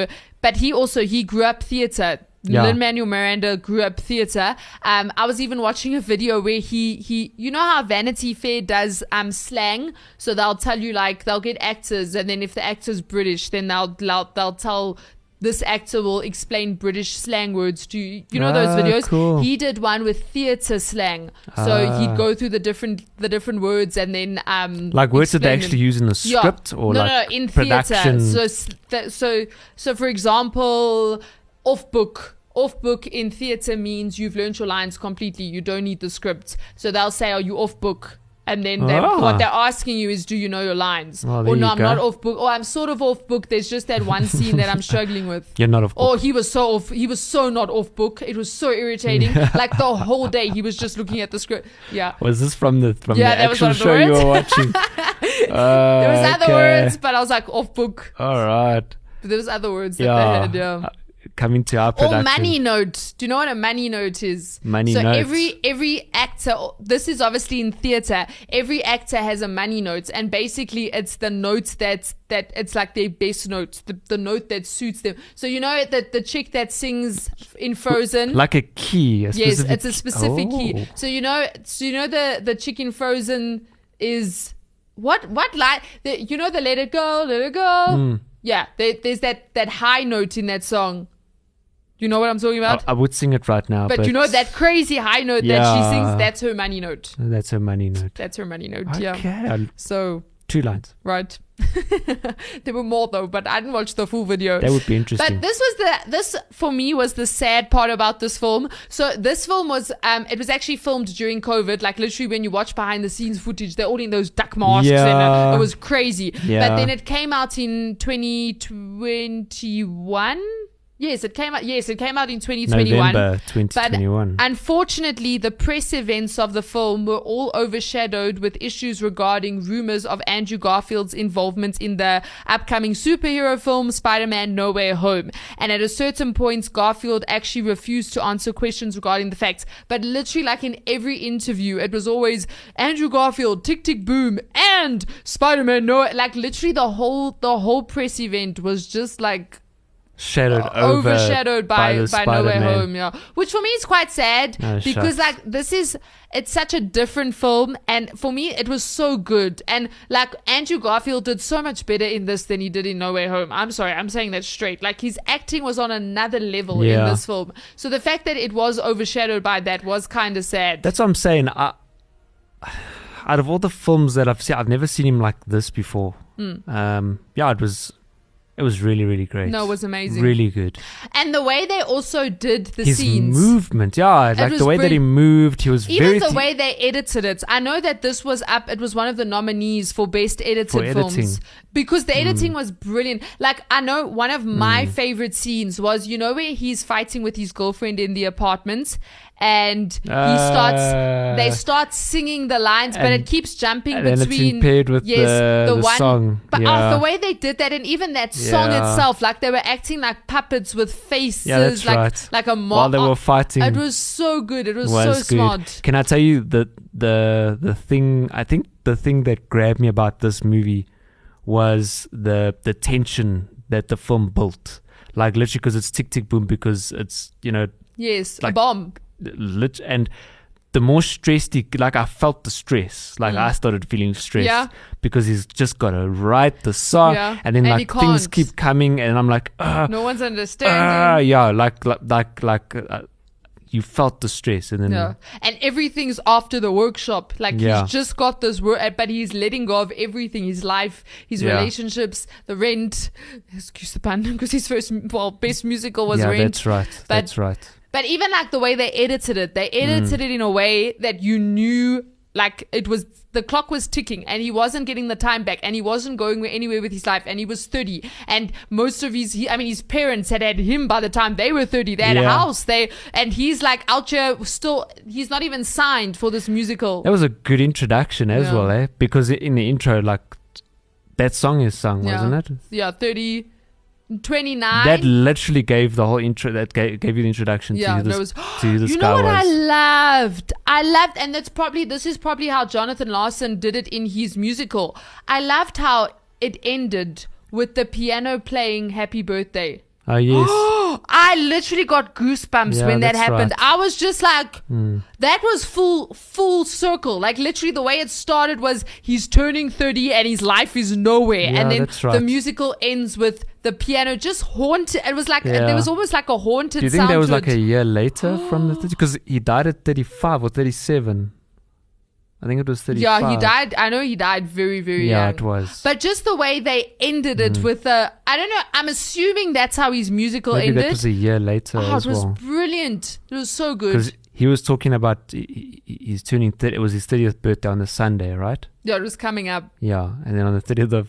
[SPEAKER 1] but he also he grew up theater.
[SPEAKER 2] Yeah.
[SPEAKER 1] Lin Manuel Miranda grew up theater. Um, I was even watching a video where he he you know how Vanity Fair does um slang, so they'll tell you like they'll get actors, and then if the actor's British, then they'll they'll, they'll tell this actor will explain British slang words to you. You know
[SPEAKER 2] Ah,
[SPEAKER 1] those videos.
[SPEAKER 2] cool.
[SPEAKER 1] He did one with theater slang, so
[SPEAKER 2] Ah.
[SPEAKER 1] he'd go through the different the different words and then um
[SPEAKER 2] like words that they
[SPEAKER 1] explain them.
[SPEAKER 2] actually use in the script or
[SPEAKER 1] no,
[SPEAKER 2] like
[SPEAKER 1] no, in
[SPEAKER 2] production.
[SPEAKER 1] theater. So, s- th- so, so for example, off book. Off book in theater means you've learned your lines completely. You don't need the script. So they'll say, "Are you off book?" And then they,
[SPEAKER 2] Ah.
[SPEAKER 1] what they're asking you is, "Do you know your lines?"
[SPEAKER 2] Well, there
[SPEAKER 1] or no,
[SPEAKER 2] you
[SPEAKER 1] I'm
[SPEAKER 2] go.
[SPEAKER 1] not off book. Or I'm sort of off book. There's just that one scene that I'm struggling with.
[SPEAKER 2] You're not of course.
[SPEAKER 1] Oh, he was so off. He was so not off book. It was so irritating. like the whole day, he was just looking at the script. Yeah.
[SPEAKER 2] Was this from the from
[SPEAKER 1] Yeah,
[SPEAKER 2] the
[SPEAKER 1] that was
[SPEAKER 2] actual
[SPEAKER 1] one of the
[SPEAKER 2] show you
[SPEAKER 1] words.
[SPEAKER 2] were watching? Uh,
[SPEAKER 1] There was
[SPEAKER 2] okay.
[SPEAKER 1] other words, but I was like off book.
[SPEAKER 2] All right.
[SPEAKER 1] But there was other words that they
[SPEAKER 2] Yeah. Uh,
[SPEAKER 1] had. Yeah.
[SPEAKER 2] Coming to our
[SPEAKER 1] Or
[SPEAKER 2] production.
[SPEAKER 1] money note. Do you know what a money note is?
[SPEAKER 2] Money
[SPEAKER 1] so
[SPEAKER 2] note.
[SPEAKER 1] every every actor. This is obviously in theatre. Every actor has a money note, and basically it's the note that's that it's like their best note, the, the note that suits them. So you know that the chick that sings in Frozen.
[SPEAKER 2] Like a key. A
[SPEAKER 1] Yes,
[SPEAKER 2] specific
[SPEAKER 1] it's a specific
[SPEAKER 2] Oh.
[SPEAKER 1] key. So you know, so you know the the chicken frozen is what what like the, you know the let it go, let it go.
[SPEAKER 2] Hmm.
[SPEAKER 1] Yeah, there, there's that that high note in that song. You know what I'm talking
[SPEAKER 2] I,
[SPEAKER 1] about?
[SPEAKER 2] I would sing it right now, but,
[SPEAKER 1] but, you know that crazy high note that
[SPEAKER 2] Yeah.
[SPEAKER 1] she sings. That's her money note.
[SPEAKER 2] That's a money note.
[SPEAKER 1] That's her money note.
[SPEAKER 2] Okay.
[SPEAKER 1] Yeah.
[SPEAKER 2] I'll-
[SPEAKER 1] So
[SPEAKER 2] Two lines.
[SPEAKER 1] right, there were more though, but I didn't watch the full video.
[SPEAKER 2] That would be interesting.
[SPEAKER 1] But this was the this for me was the sad part about this film. So this film was um it was actually filmed during COVID. Like literally when you watch behind the scenes footage, they're all in those duck masks
[SPEAKER 2] Yeah.
[SPEAKER 1] and uh, it was crazy.
[SPEAKER 2] Yeah.
[SPEAKER 1] But then it came out in 2021. Yes, it came out. Yes, it came out in 2021.
[SPEAKER 2] November
[SPEAKER 1] But
[SPEAKER 2] 2021.
[SPEAKER 1] unfortunately, the press events of the film were all overshadowed with issues regarding rumors of Andrew Garfield's involvement in the upcoming superhero film Spider Man No Way Home. And at a certain point, Garfield actually refused to answer questions regarding the facts. But literally, like in every interview, it was always Andrew Garfield, Tick Tick Boom, and Spider Man No. Like literally, the whole the whole press event was just like
[SPEAKER 2] Shadowed over
[SPEAKER 1] Uh, overshadowed by
[SPEAKER 2] the
[SPEAKER 1] by, No Way
[SPEAKER 2] Spider-Man.
[SPEAKER 1] Home, yeah. Which for me is quite sad
[SPEAKER 2] No,
[SPEAKER 1] because
[SPEAKER 2] shucks.
[SPEAKER 1] like this is it's such a different film, and for me it was so good. And like Andrew Garfield did so much better in this than he did in No Way Home. I'm sorry, I'm saying that straight. Like his acting was on another level
[SPEAKER 2] Yeah.
[SPEAKER 1] in this film. So the fact that it was overshadowed by that was kind of sad.
[SPEAKER 2] That's what I'm saying. I, out of all the films that I've seen, I've never seen him like this before. Um, yeah, it was, it was really, really great.
[SPEAKER 1] Hmm. No, it was amazing.
[SPEAKER 2] Really good.
[SPEAKER 1] and the way they also did the
[SPEAKER 2] His
[SPEAKER 1] scenes.
[SPEAKER 2] movement, yeah, like
[SPEAKER 1] was
[SPEAKER 2] the way that he
[SPEAKER 1] brill-
[SPEAKER 2] moved, he was
[SPEAKER 1] Even
[SPEAKER 2] very
[SPEAKER 1] the
[SPEAKER 2] thi-
[SPEAKER 1] way they edited it, I know that this was up. It was one of the nominees for best edited
[SPEAKER 2] For
[SPEAKER 1] films
[SPEAKER 2] editing. Hmm.
[SPEAKER 1] because the editing was brilliant. Like I know one of my favorite scenes was you know where he's fighting with his girlfriend in the apartment, and he starts. They
[SPEAKER 2] Uh,
[SPEAKER 1] start singing the lines, but
[SPEAKER 2] and-
[SPEAKER 1] it keeps jumping
[SPEAKER 2] and then it's
[SPEAKER 1] between.
[SPEAKER 2] impaired with the- the song.
[SPEAKER 1] But uh,
[SPEAKER 2] Yeah.
[SPEAKER 1] the way they did that, and even that song
[SPEAKER 2] Yeah.
[SPEAKER 1] itself, like they were acting like puppets with faces, like
[SPEAKER 2] right.
[SPEAKER 1] like a mo-
[SPEAKER 2] While they were fighting.
[SPEAKER 1] It was so good. It was, so
[SPEAKER 2] was good.
[SPEAKER 1] smart.
[SPEAKER 2] Can I tell you the the the thing? I think the thing that grabbed me about this movie was the the tension that the film built. Like literally, because it's tick tick boom. Because it's you know
[SPEAKER 1] Yes,
[SPEAKER 2] Like-
[SPEAKER 1] a bomb.
[SPEAKER 2] lit and the more stressed he like I felt the stress. Like I started feeling stressed
[SPEAKER 1] Mm. Yeah.
[SPEAKER 2] because he's just gotta write the song
[SPEAKER 1] Yeah.
[SPEAKER 2] and then
[SPEAKER 1] And he
[SPEAKER 2] like things
[SPEAKER 1] can't.
[SPEAKER 2] keep coming and I'm like ah,
[SPEAKER 1] No one's
[SPEAKER 2] ah,
[SPEAKER 1] understanding.
[SPEAKER 2] yeah like like like like uh, you felt the stress and then
[SPEAKER 1] yeah. And everything's after the workshop. Like
[SPEAKER 2] Yeah.
[SPEAKER 1] he's just got this work, but he's letting go of everything his life, his
[SPEAKER 2] Yeah.
[SPEAKER 1] relationships, the rent. Excuse the pun, because his first, well, best musical was
[SPEAKER 2] yeah
[SPEAKER 1] Rent.
[SPEAKER 2] that's right
[SPEAKER 1] But-
[SPEAKER 2] that's right
[SPEAKER 1] But even like the way they edited it, they edited it in a way that you knew like it was the clock was ticking and he wasn't getting the time back and he wasn't going anywhere with his life and he was 30 and most of his he, I mean his parents had had him by the time they were 30 they had a
[SPEAKER 2] Yeah.
[SPEAKER 1] house they and he's like out here still he's not even signed for this musical
[SPEAKER 2] That was a good introduction as
[SPEAKER 1] Yeah.
[SPEAKER 2] well, eh? Because i- in the intro, like that song is sung,
[SPEAKER 1] Yeah.
[SPEAKER 2] wasn't it?
[SPEAKER 1] yeah 30 29
[SPEAKER 2] That literally gave the whole intro. That gave, gave you the introduction
[SPEAKER 1] yeah,
[SPEAKER 2] to who
[SPEAKER 1] no, it
[SPEAKER 2] this,
[SPEAKER 1] was,
[SPEAKER 2] to who this
[SPEAKER 1] you
[SPEAKER 2] guy
[SPEAKER 1] know what I
[SPEAKER 2] was.
[SPEAKER 1] loved? I loved, and that's probably this is probably how Jonathan Larson did it in his musical. I loved how it ended with the piano playing "Happy Birthday."
[SPEAKER 2] oh yes,
[SPEAKER 1] I literally got goosebumps
[SPEAKER 2] Yeah,
[SPEAKER 1] when that
[SPEAKER 2] that's
[SPEAKER 1] happened.
[SPEAKER 2] right.
[SPEAKER 1] I
[SPEAKER 2] Hmm.
[SPEAKER 1] was just like, that was full full circle. Like literally, the way it started was he's turning thirty and his life is nowhere,
[SPEAKER 2] Yeah,
[SPEAKER 1] and then
[SPEAKER 2] that's right.
[SPEAKER 1] the musical ends with the piano just haunted. It was like
[SPEAKER 2] Yeah.
[SPEAKER 1] there was almost like a haunted.
[SPEAKER 2] do you think
[SPEAKER 1] sound
[SPEAKER 2] that was
[SPEAKER 1] to
[SPEAKER 2] like
[SPEAKER 1] it.
[SPEAKER 2] a year later from the because he died at thirty five or thirty seven? I think it was thirty five.
[SPEAKER 1] Yeah, he died. I know he died very, very
[SPEAKER 2] Yeah,
[SPEAKER 1] young.
[SPEAKER 2] it was. Mm.
[SPEAKER 1] But just the way they ended it with a, I don't know. I'm assuming that's how his musical
[SPEAKER 2] Maybe
[SPEAKER 1] ended.
[SPEAKER 2] that was a year later
[SPEAKER 1] oh, it
[SPEAKER 2] as
[SPEAKER 1] was
[SPEAKER 2] well.
[SPEAKER 1] brilliant. It was so
[SPEAKER 2] Because
[SPEAKER 1] good.
[SPEAKER 2] he was talking about he- he- he's turning. 30, it was his thirtieth birthday on the Sunday, right?
[SPEAKER 1] Yeah, it was coming up.
[SPEAKER 2] Yeah, and then on the thirtieth of,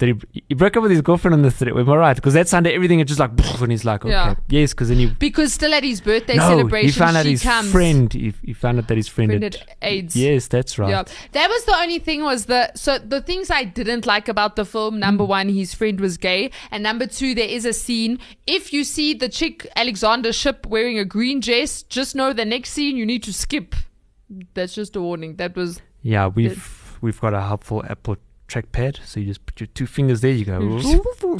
[SPEAKER 2] then he, he broke up with his girlfriend on the thirtieth. Am I right? Because that Sunday everything is just like, and he's like, okay,
[SPEAKER 1] Yeah.
[SPEAKER 2] yes, because then he
[SPEAKER 1] Because still at his birthday
[SPEAKER 2] no,
[SPEAKER 1] celebration,
[SPEAKER 2] he found out
[SPEAKER 1] she
[SPEAKER 2] his
[SPEAKER 1] comes.
[SPEAKER 2] friend. He, he found out that his friend,
[SPEAKER 1] Friend
[SPEAKER 2] had,
[SPEAKER 1] had AIDS.
[SPEAKER 2] Yes, that's right.
[SPEAKER 1] Yeah, that was the only thing was the so the things I didn't like about the film.
[SPEAKER 2] Mm.
[SPEAKER 1] Number one, his friend was gay, and number two, there is a scene. If you see the chick Alexander Ship wearing a green dress, just know the next scene you need to skip. That's just a warning. That was
[SPEAKER 2] Yeah, we've we've got a helpful Apple trackpad, so you just put your two fingers there. You
[SPEAKER 1] Hmm.
[SPEAKER 2] go.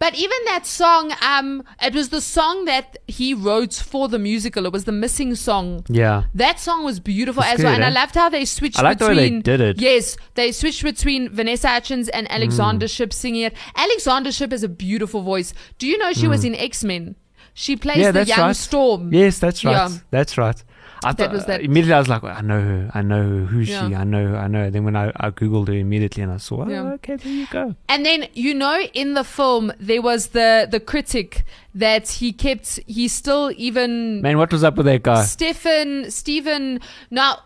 [SPEAKER 1] But even that song, um, it was the song that he wrote for the musical. It was the missing song.
[SPEAKER 2] yeah,
[SPEAKER 1] That song was beautiful
[SPEAKER 2] It's
[SPEAKER 1] as well,
[SPEAKER 2] good,
[SPEAKER 1] and I
[SPEAKER 2] eh?
[SPEAKER 1] loved how they switched
[SPEAKER 2] I liked the way
[SPEAKER 1] between.
[SPEAKER 2] they did it.
[SPEAKER 1] Yes, they switched between Vanessa Hutchins and Alexander
[SPEAKER 2] Mm.
[SPEAKER 1] Ship singing it. Alexander Ship has a beautiful voice. Do you know she was in X Men? She plays
[SPEAKER 2] Mm. yeah,
[SPEAKER 1] the
[SPEAKER 2] that's
[SPEAKER 1] young
[SPEAKER 2] right.
[SPEAKER 1] Storm.
[SPEAKER 2] Yes, that's right.
[SPEAKER 1] Yeah.
[SPEAKER 2] That's right. I thought uh,
[SPEAKER 1] was that-
[SPEAKER 2] immediately. I was like, I know her. I know her. Who's she?
[SPEAKER 1] Yeah.
[SPEAKER 2] I know. I know. Then when I, I googled her immediately, and I saw, oh,
[SPEAKER 1] Yeah.
[SPEAKER 2] okay, there you go.
[SPEAKER 1] And then you know, in the film, there was the the critic that he kept. He still even
[SPEAKER 2] Man, what was up with that guy?
[SPEAKER 1] Stefan, Stephen. Now,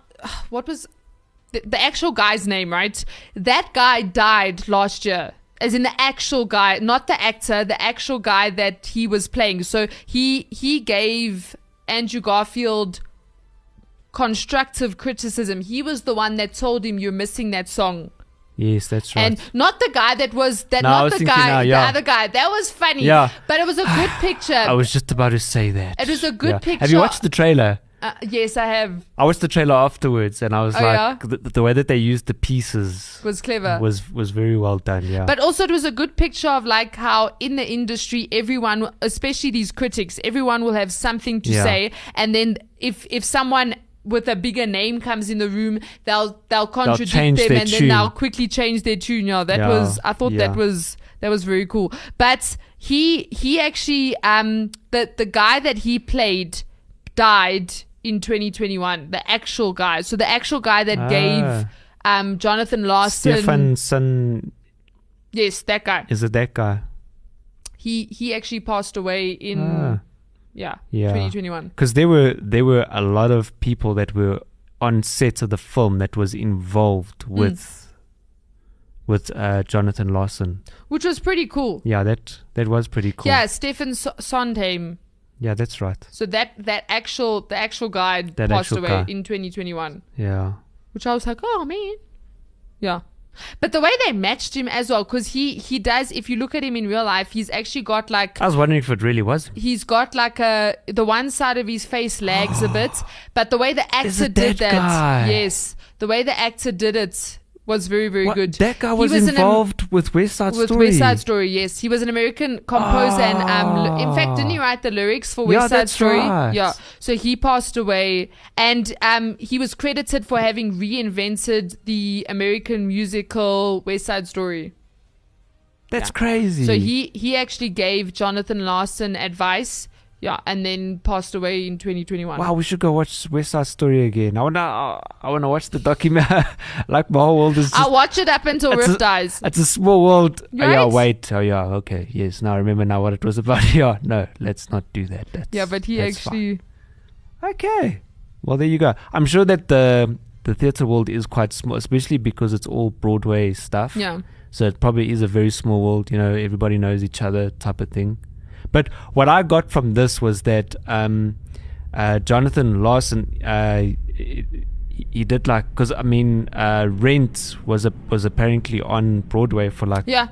[SPEAKER 1] what was the, the actual guy's name? Right, that guy died last year. As in the actual guy, not the actor, the actual guy that he was playing. So he he gave Andrew Garfield constructive criticism. He was the one that told him you're missing that song.
[SPEAKER 2] Yes, that's right.
[SPEAKER 1] And not the guy that was that
[SPEAKER 2] No, I
[SPEAKER 1] not
[SPEAKER 2] was
[SPEAKER 1] the
[SPEAKER 2] thinking
[SPEAKER 1] guy
[SPEAKER 2] now, yeah.
[SPEAKER 1] the other guy. That was funny.
[SPEAKER 2] Yeah.
[SPEAKER 1] But it was a good picture.
[SPEAKER 2] I was just about to say that.
[SPEAKER 1] uh, It was a good
[SPEAKER 2] Have you
[SPEAKER 1] picture.
[SPEAKER 2] watched the trailer?
[SPEAKER 1] uh, yes, I have.
[SPEAKER 2] I watched the trailer afterwards, and I was
[SPEAKER 1] Oh,
[SPEAKER 2] like,
[SPEAKER 1] yeah?
[SPEAKER 2] the, the way that they used the pieces
[SPEAKER 1] Was clever.
[SPEAKER 2] was was very well done. Yeah,
[SPEAKER 1] But also, it was a good picture of like how in the industry, everyone, especially these critics, everyone will have something to
[SPEAKER 2] Yeah.
[SPEAKER 1] say, and then if if someone with a bigger name comes in the room, they'll they'll contradict
[SPEAKER 2] change
[SPEAKER 1] them,
[SPEAKER 2] their
[SPEAKER 1] and
[SPEAKER 2] tune.
[SPEAKER 1] then they'll quickly change their tune. Yeah, that
[SPEAKER 2] Yeah.
[SPEAKER 1] was I thought that
[SPEAKER 2] Yeah.
[SPEAKER 1] was that was very cool. But he he actually um the the guy that he played died in 2021. The actual guy, so the actual guy that
[SPEAKER 2] Ah.
[SPEAKER 1] gave. Um, Jonathan Larson.
[SPEAKER 2] Stefan Son
[SPEAKER 1] Yes, that guy.
[SPEAKER 2] is it that guy?
[SPEAKER 1] he he actually passed away in yeah,
[SPEAKER 2] Ah. Yeah.
[SPEAKER 1] 2021
[SPEAKER 2] Because there were there were a lot of people that were on set of the film that was
[SPEAKER 1] Mm.
[SPEAKER 2] involved with with uh, Jonathan Larson.
[SPEAKER 1] which was pretty cool
[SPEAKER 2] Yeah, that that was pretty cool.
[SPEAKER 1] yeah stefan so- sondheim
[SPEAKER 2] yeah, that's right.
[SPEAKER 1] so that that actual the actual guy
[SPEAKER 2] That
[SPEAKER 1] passed
[SPEAKER 2] actual
[SPEAKER 1] away
[SPEAKER 2] guy.
[SPEAKER 1] in 2021
[SPEAKER 2] Yeah.
[SPEAKER 1] which i was like oh man yeah but the way they matched him as well because he he does if you look at him in real life he's actually got like
[SPEAKER 2] I was wondering if it really was.
[SPEAKER 1] he's got like a the one side of his face lags a bit, but the way the actor
[SPEAKER 2] it
[SPEAKER 1] did
[SPEAKER 2] that
[SPEAKER 1] that,
[SPEAKER 2] guy?
[SPEAKER 1] yes, the way the actor did it was very very
[SPEAKER 2] What-
[SPEAKER 1] good.
[SPEAKER 2] That guy
[SPEAKER 1] He
[SPEAKER 2] was,
[SPEAKER 1] an Am-
[SPEAKER 2] involved with West Side
[SPEAKER 1] with
[SPEAKER 2] Story.
[SPEAKER 1] West Side Story, yes, he was an American composer, and um, l- in fact, didn't he write the lyrics for West
[SPEAKER 2] Ah. Yeah,
[SPEAKER 1] Side
[SPEAKER 2] that's
[SPEAKER 1] Story?
[SPEAKER 2] right.
[SPEAKER 1] Yeah, so he passed away, and um, he was credited for having reinvented the American musical West Side Story.
[SPEAKER 2] That's crazy.
[SPEAKER 1] So he he actually gave Jonathan Larson advice, yeah, and then passed away in 2021.
[SPEAKER 2] Wow, we should go watch West Side Story again. I wanna, I wanna watch the documentary. like my whole world is. Just,
[SPEAKER 1] I'll watch it up until
[SPEAKER 2] it's
[SPEAKER 1] Riff
[SPEAKER 2] a-
[SPEAKER 1] dies.
[SPEAKER 2] It's a small world. Oh, yeah,
[SPEAKER 1] Right?
[SPEAKER 2] wait. Oh yeah, okay. Yes, now I remember now what it was about. Yeah, no, let's not do that. That's,
[SPEAKER 1] yeah, but he
[SPEAKER 2] that's
[SPEAKER 1] actually
[SPEAKER 2] fine. Okay. Well, there you go. I'm sure that the the theater world is quite small, especially because it's all Broadway stuff.
[SPEAKER 1] Yeah.
[SPEAKER 2] So it probably is a very small world. You know, everybody knows each other type of thing. But what I got from this was that um, uh, Jonathan Larson, uh, he, he did like because I mean, uh, Rent was a, was apparently on Broadway for like
[SPEAKER 1] Yeah.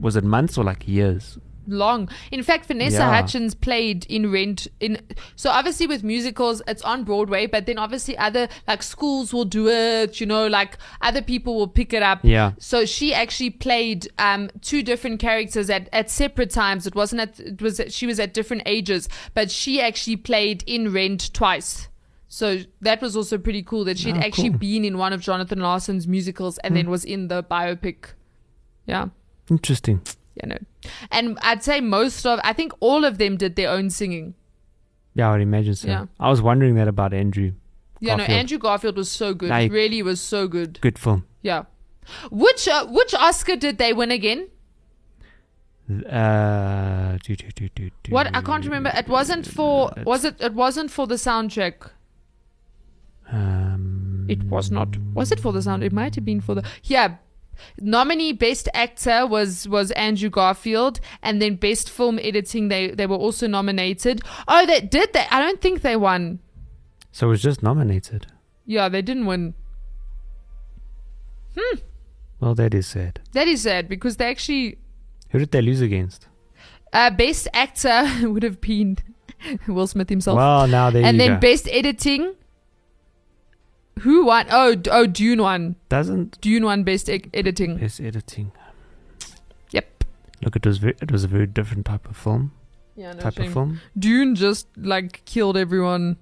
[SPEAKER 2] was it months or like years?
[SPEAKER 1] long. In fact, Vanessa
[SPEAKER 2] Yeah.
[SPEAKER 1] Hutchins played in Rent. In so obviously with musicals, it's on Broadway, but then obviously other like schools will do it. You know, like other people will pick it up.
[SPEAKER 2] Yeah.
[SPEAKER 1] So she actually played um, two different characters at, at separate times. It wasn't at it was she was at different ages, but she actually played in Rent twice. So that was also pretty cool that she'd
[SPEAKER 2] Ah,
[SPEAKER 1] actually
[SPEAKER 2] cool. Hmm.
[SPEAKER 1] been in one of Jonathan Larson's musicals and then was in the biopic. Yeah
[SPEAKER 2] Interesting.
[SPEAKER 1] you know. And I'd say most of, I think all of them did their own singing.
[SPEAKER 2] Yeah, I would imagine so.
[SPEAKER 1] Yeah.
[SPEAKER 2] I was wondering that about Andrew.
[SPEAKER 1] You know,
[SPEAKER 2] Garfield.
[SPEAKER 1] Andrew Garfield was so good.
[SPEAKER 2] Like-
[SPEAKER 1] really was so good.
[SPEAKER 2] Good film.
[SPEAKER 1] Yeah. Which uh, which Oscar did they win again?
[SPEAKER 2] Uh, do, do, do, do, do.
[SPEAKER 1] What I can't remember. It wasn't for was it? It wasn't for the soundtrack.
[SPEAKER 2] Um,
[SPEAKER 1] It was not. Was it for the sound? It might have been for the yeah. Nominee best actor was was Andrew Garfield, and then best film editing they they were also nominated. Oh, they did they? I don't think they won.
[SPEAKER 2] so it was just nominated.
[SPEAKER 1] Yeah, they didn't win.
[SPEAKER 2] Well, that is sad.
[SPEAKER 1] That is sad because they actually
[SPEAKER 2] Who did they lose against?
[SPEAKER 1] Uh, best actor would have been Will Smith himself.
[SPEAKER 2] Well, now there
[SPEAKER 1] and
[SPEAKER 2] you
[SPEAKER 1] then
[SPEAKER 2] go.
[SPEAKER 1] best editing. Who won? Oh, D- oh, Dune won.
[SPEAKER 2] Doesn't
[SPEAKER 1] Dune won best e- editing.
[SPEAKER 2] best editing.
[SPEAKER 1] Yep.
[SPEAKER 2] Look, it was very, it was a very different type of film.
[SPEAKER 1] Yeah, no
[SPEAKER 2] type
[SPEAKER 1] shame.
[SPEAKER 2] of film.
[SPEAKER 1] Dune just like killed everyone.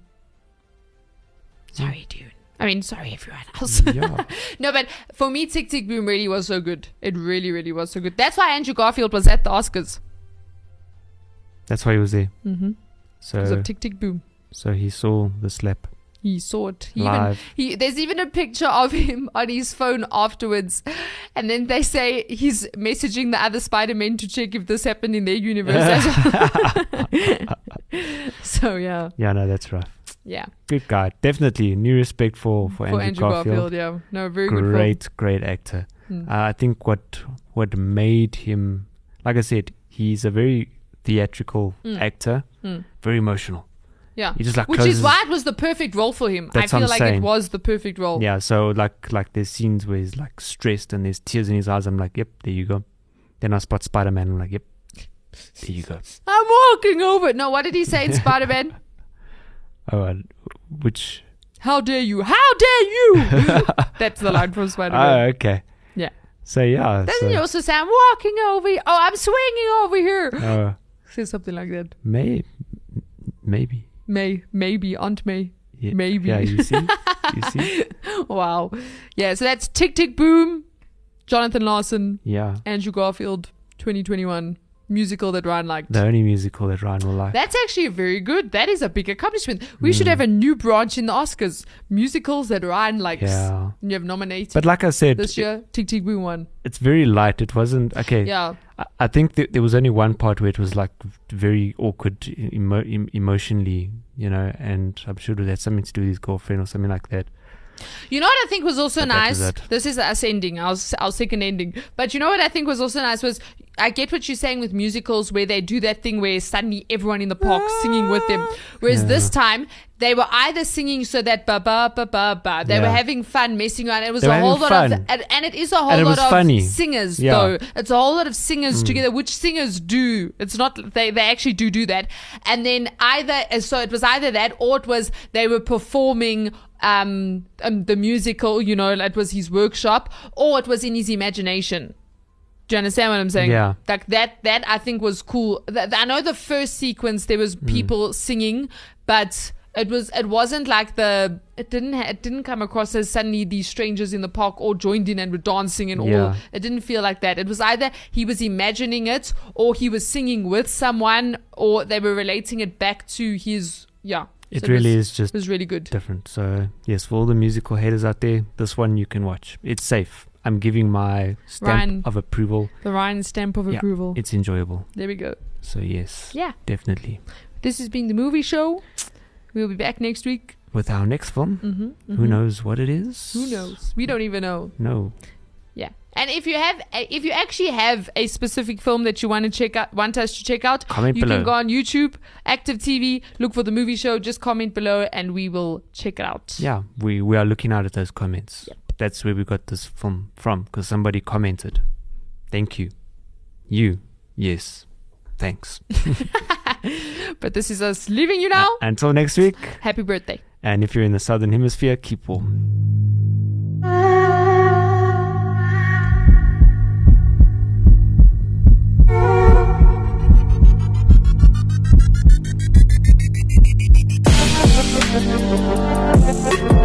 [SPEAKER 1] Sorry, Dune. I mean, sorry, everyone else.
[SPEAKER 2] yeah.
[SPEAKER 1] no, but for me, Tick Tick Boom really was so good. It really, really was so good. That's why Andrew Garfield was at the Oscars
[SPEAKER 2] That's why he was there.
[SPEAKER 1] mm-hmm. because
[SPEAKER 2] So
[SPEAKER 1] of Tick Tick Boom.
[SPEAKER 2] so he saw the slap
[SPEAKER 1] He saw it. He even
[SPEAKER 2] live.
[SPEAKER 1] He, there's even a picture of him on his phone afterwards, and then they say he's messaging the other Spider-Man to check if this happened in their universe. as well. so yeah,
[SPEAKER 2] Yeah, no, that's rough.
[SPEAKER 1] yeah,
[SPEAKER 2] Good guy. Definitely new respect for for,
[SPEAKER 1] Mm-hmm. for Andrew Garfield, yeah, no, very good. film.
[SPEAKER 2] great, great actor.
[SPEAKER 1] Mm.
[SPEAKER 2] Uh, I think what what made him, like I said, he's a very theatrical
[SPEAKER 1] Mm.
[SPEAKER 2] actor,
[SPEAKER 1] Mm.
[SPEAKER 2] very emotional.
[SPEAKER 1] yeah,
[SPEAKER 2] He just like
[SPEAKER 1] which
[SPEAKER 2] closes.
[SPEAKER 1] is why it was the perfect role for him. I
[SPEAKER 2] That's what
[SPEAKER 1] feel
[SPEAKER 2] I'm
[SPEAKER 1] like it
[SPEAKER 2] saying.
[SPEAKER 1] was the perfect role.
[SPEAKER 2] Yeah, so like like there's scenes where he's like stressed and there's tears in his eyes. I'm like, yep, there you go. Then I spot Spider Man. I'm like, yep, there you go.
[SPEAKER 1] I'm walking over. it. No, what did he say in Spider-Man?
[SPEAKER 2] Oh, uh, which
[SPEAKER 1] How dare you? How dare you? That's the line from Spider-Man.
[SPEAKER 2] oh okay.
[SPEAKER 1] Yeah.
[SPEAKER 2] So yeah.
[SPEAKER 1] Doesn't
[SPEAKER 2] so,
[SPEAKER 1] he also say, I'm walking over here? Oh, I'm swinging over here.
[SPEAKER 2] uh,
[SPEAKER 1] Say something like that.
[SPEAKER 2] may maybe.
[SPEAKER 1] May, maybe, Aunt May.
[SPEAKER 2] Yeah,
[SPEAKER 1] Maybe.
[SPEAKER 2] Yeah, you see, you see.
[SPEAKER 1] Wow. Yeah, so that's Tick Tick Boom, Jonathan Larson,
[SPEAKER 2] Yeah,
[SPEAKER 1] Andrew Garfield, 2021 musical that Ryan liked.
[SPEAKER 2] the only musical that Ryan will like.
[SPEAKER 1] That's actually very good. That is a big accomplishment. We
[SPEAKER 2] Mm.
[SPEAKER 1] should have a new branch in the Oscars musicals that Ryan likes.
[SPEAKER 2] Yeah.
[SPEAKER 1] And you have nominated
[SPEAKER 2] But like I said,
[SPEAKER 1] this
[SPEAKER 2] it-
[SPEAKER 1] year, Tick Tick Boom won.
[SPEAKER 2] it's very light. It wasn't okay.
[SPEAKER 1] Yeah.
[SPEAKER 2] I, I think th- there was only one part where it was like very awkward e, emo- em- emotionally, you know, and I'm sure it had something to do with his girlfriend or something like that.
[SPEAKER 1] You know what I think was also
[SPEAKER 2] But that
[SPEAKER 1] nice?
[SPEAKER 2] was it.
[SPEAKER 1] This is us ending, our, s- our second ending. But you know what I think was also nice was I get what you're saying with musicals where they do that thing where suddenly everyone in the park singing with them. Whereas this time, they were either singing so that ba ba ba ba ba. They were
[SPEAKER 2] Yeah.
[SPEAKER 1] having fun messing around. It was
[SPEAKER 2] They were
[SPEAKER 1] a whole lot
[SPEAKER 2] having
[SPEAKER 1] of,
[SPEAKER 2] fun.
[SPEAKER 1] and, and it is a whole
[SPEAKER 2] And it
[SPEAKER 1] lot
[SPEAKER 2] was
[SPEAKER 1] of
[SPEAKER 2] funny.
[SPEAKER 1] singers
[SPEAKER 2] Yeah. Mm.
[SPEAKER 1] though. It's a whole lot of singers together, which singers do. It's not they they actually do do that. And then either uh, so it was either that or it was they were performing um, um the musical. You know, it was his workshop, or it was in his imagination. Do you understand what I'm saying?
[SPEAKER 2] Yeah.
[SPEAKER 1] Like that. That I think was cool. Th- th- I know the first sequence there
[SPEAKER 2] Mm.
[SPEAKER 1] was people singing, but. It was. It wasn't like the. It didn't. Ha- it didn't come across as suddenly these strangers in the park all joined in and were dancing and all.
[SPEAKER 2] Yeah.
[SPEAKER 1] It didn't feel like that. It was either he was imagining it or he was singing with someone or they were relating it back to his. Yeah.
[SPEAKER 2] It
[SPEAKER 1] So
[SPEAKER 2] really
[SPEAKER 1] was,
[SPEAKER 2] is just
[SPEAKER 1] It was really good.
[SPEAKER 2] different. So yes, for all the musical haters out there, this one you can watch. It's safe. I'm giving my stamp
[SPEAKER 1] Ryan.
[SPEAKER 2] of approval.
[SPEAKER 1] The Ryan stamp of
[SPEAKER 2] Yeah.
[SPEAKER 1] approval.
[SPEAKER 2] It's enjoyable.
[SPEAKER 1] there we go.
[SPEAKER 2] So yes,
[SPEAKER 1] Yeah.
[SPEAKER 2] definitely.
[SPEAKER 1] This has been the movie show. We'll be back next week.
[SPEAKER 2] with our next film.
[SPEAKER 1] Mm-hmm,
[SPEAKER 2] Who knows what it is?
[SPEAKER 1] Who knows? We don't even know.
[SPEAKER 2] No.
[SPEAKER 1] Yeah. And if you have, if you actually have a specific film that you want to check out, want us to check out,
[SPEAKER 2] Comment
[SPEAKER 1] you
[SPEAKER 2] below.
[SPEAKER 1] can go on YouTube, Active TV, look for the movie show. Just comment below, and we will check it out.
[SPEAKER 2] Yeah, we, we are looking out at those comments. That's where we got this film from because somebody commented. Thank you. You. Yes. Thanks.
[SPEAKER 1] But this is us leaving you now.
[SPEAKER 2] Until next week.
[SPEAKER 1] Happy birthday.
[SPEAKER 2] And if you're in the Southern Hemisphere, keep warm.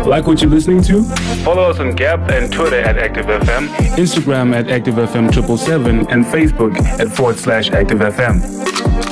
[SPEAKER 3] Like what you're listening to?
[SPEAKER 4] Follow us on Gap and Twitter at Active FM.
[SPEAKER 3] Instagram at ActiveFM777
[SPEAKER 4] and Facebook at forward slash Active FM.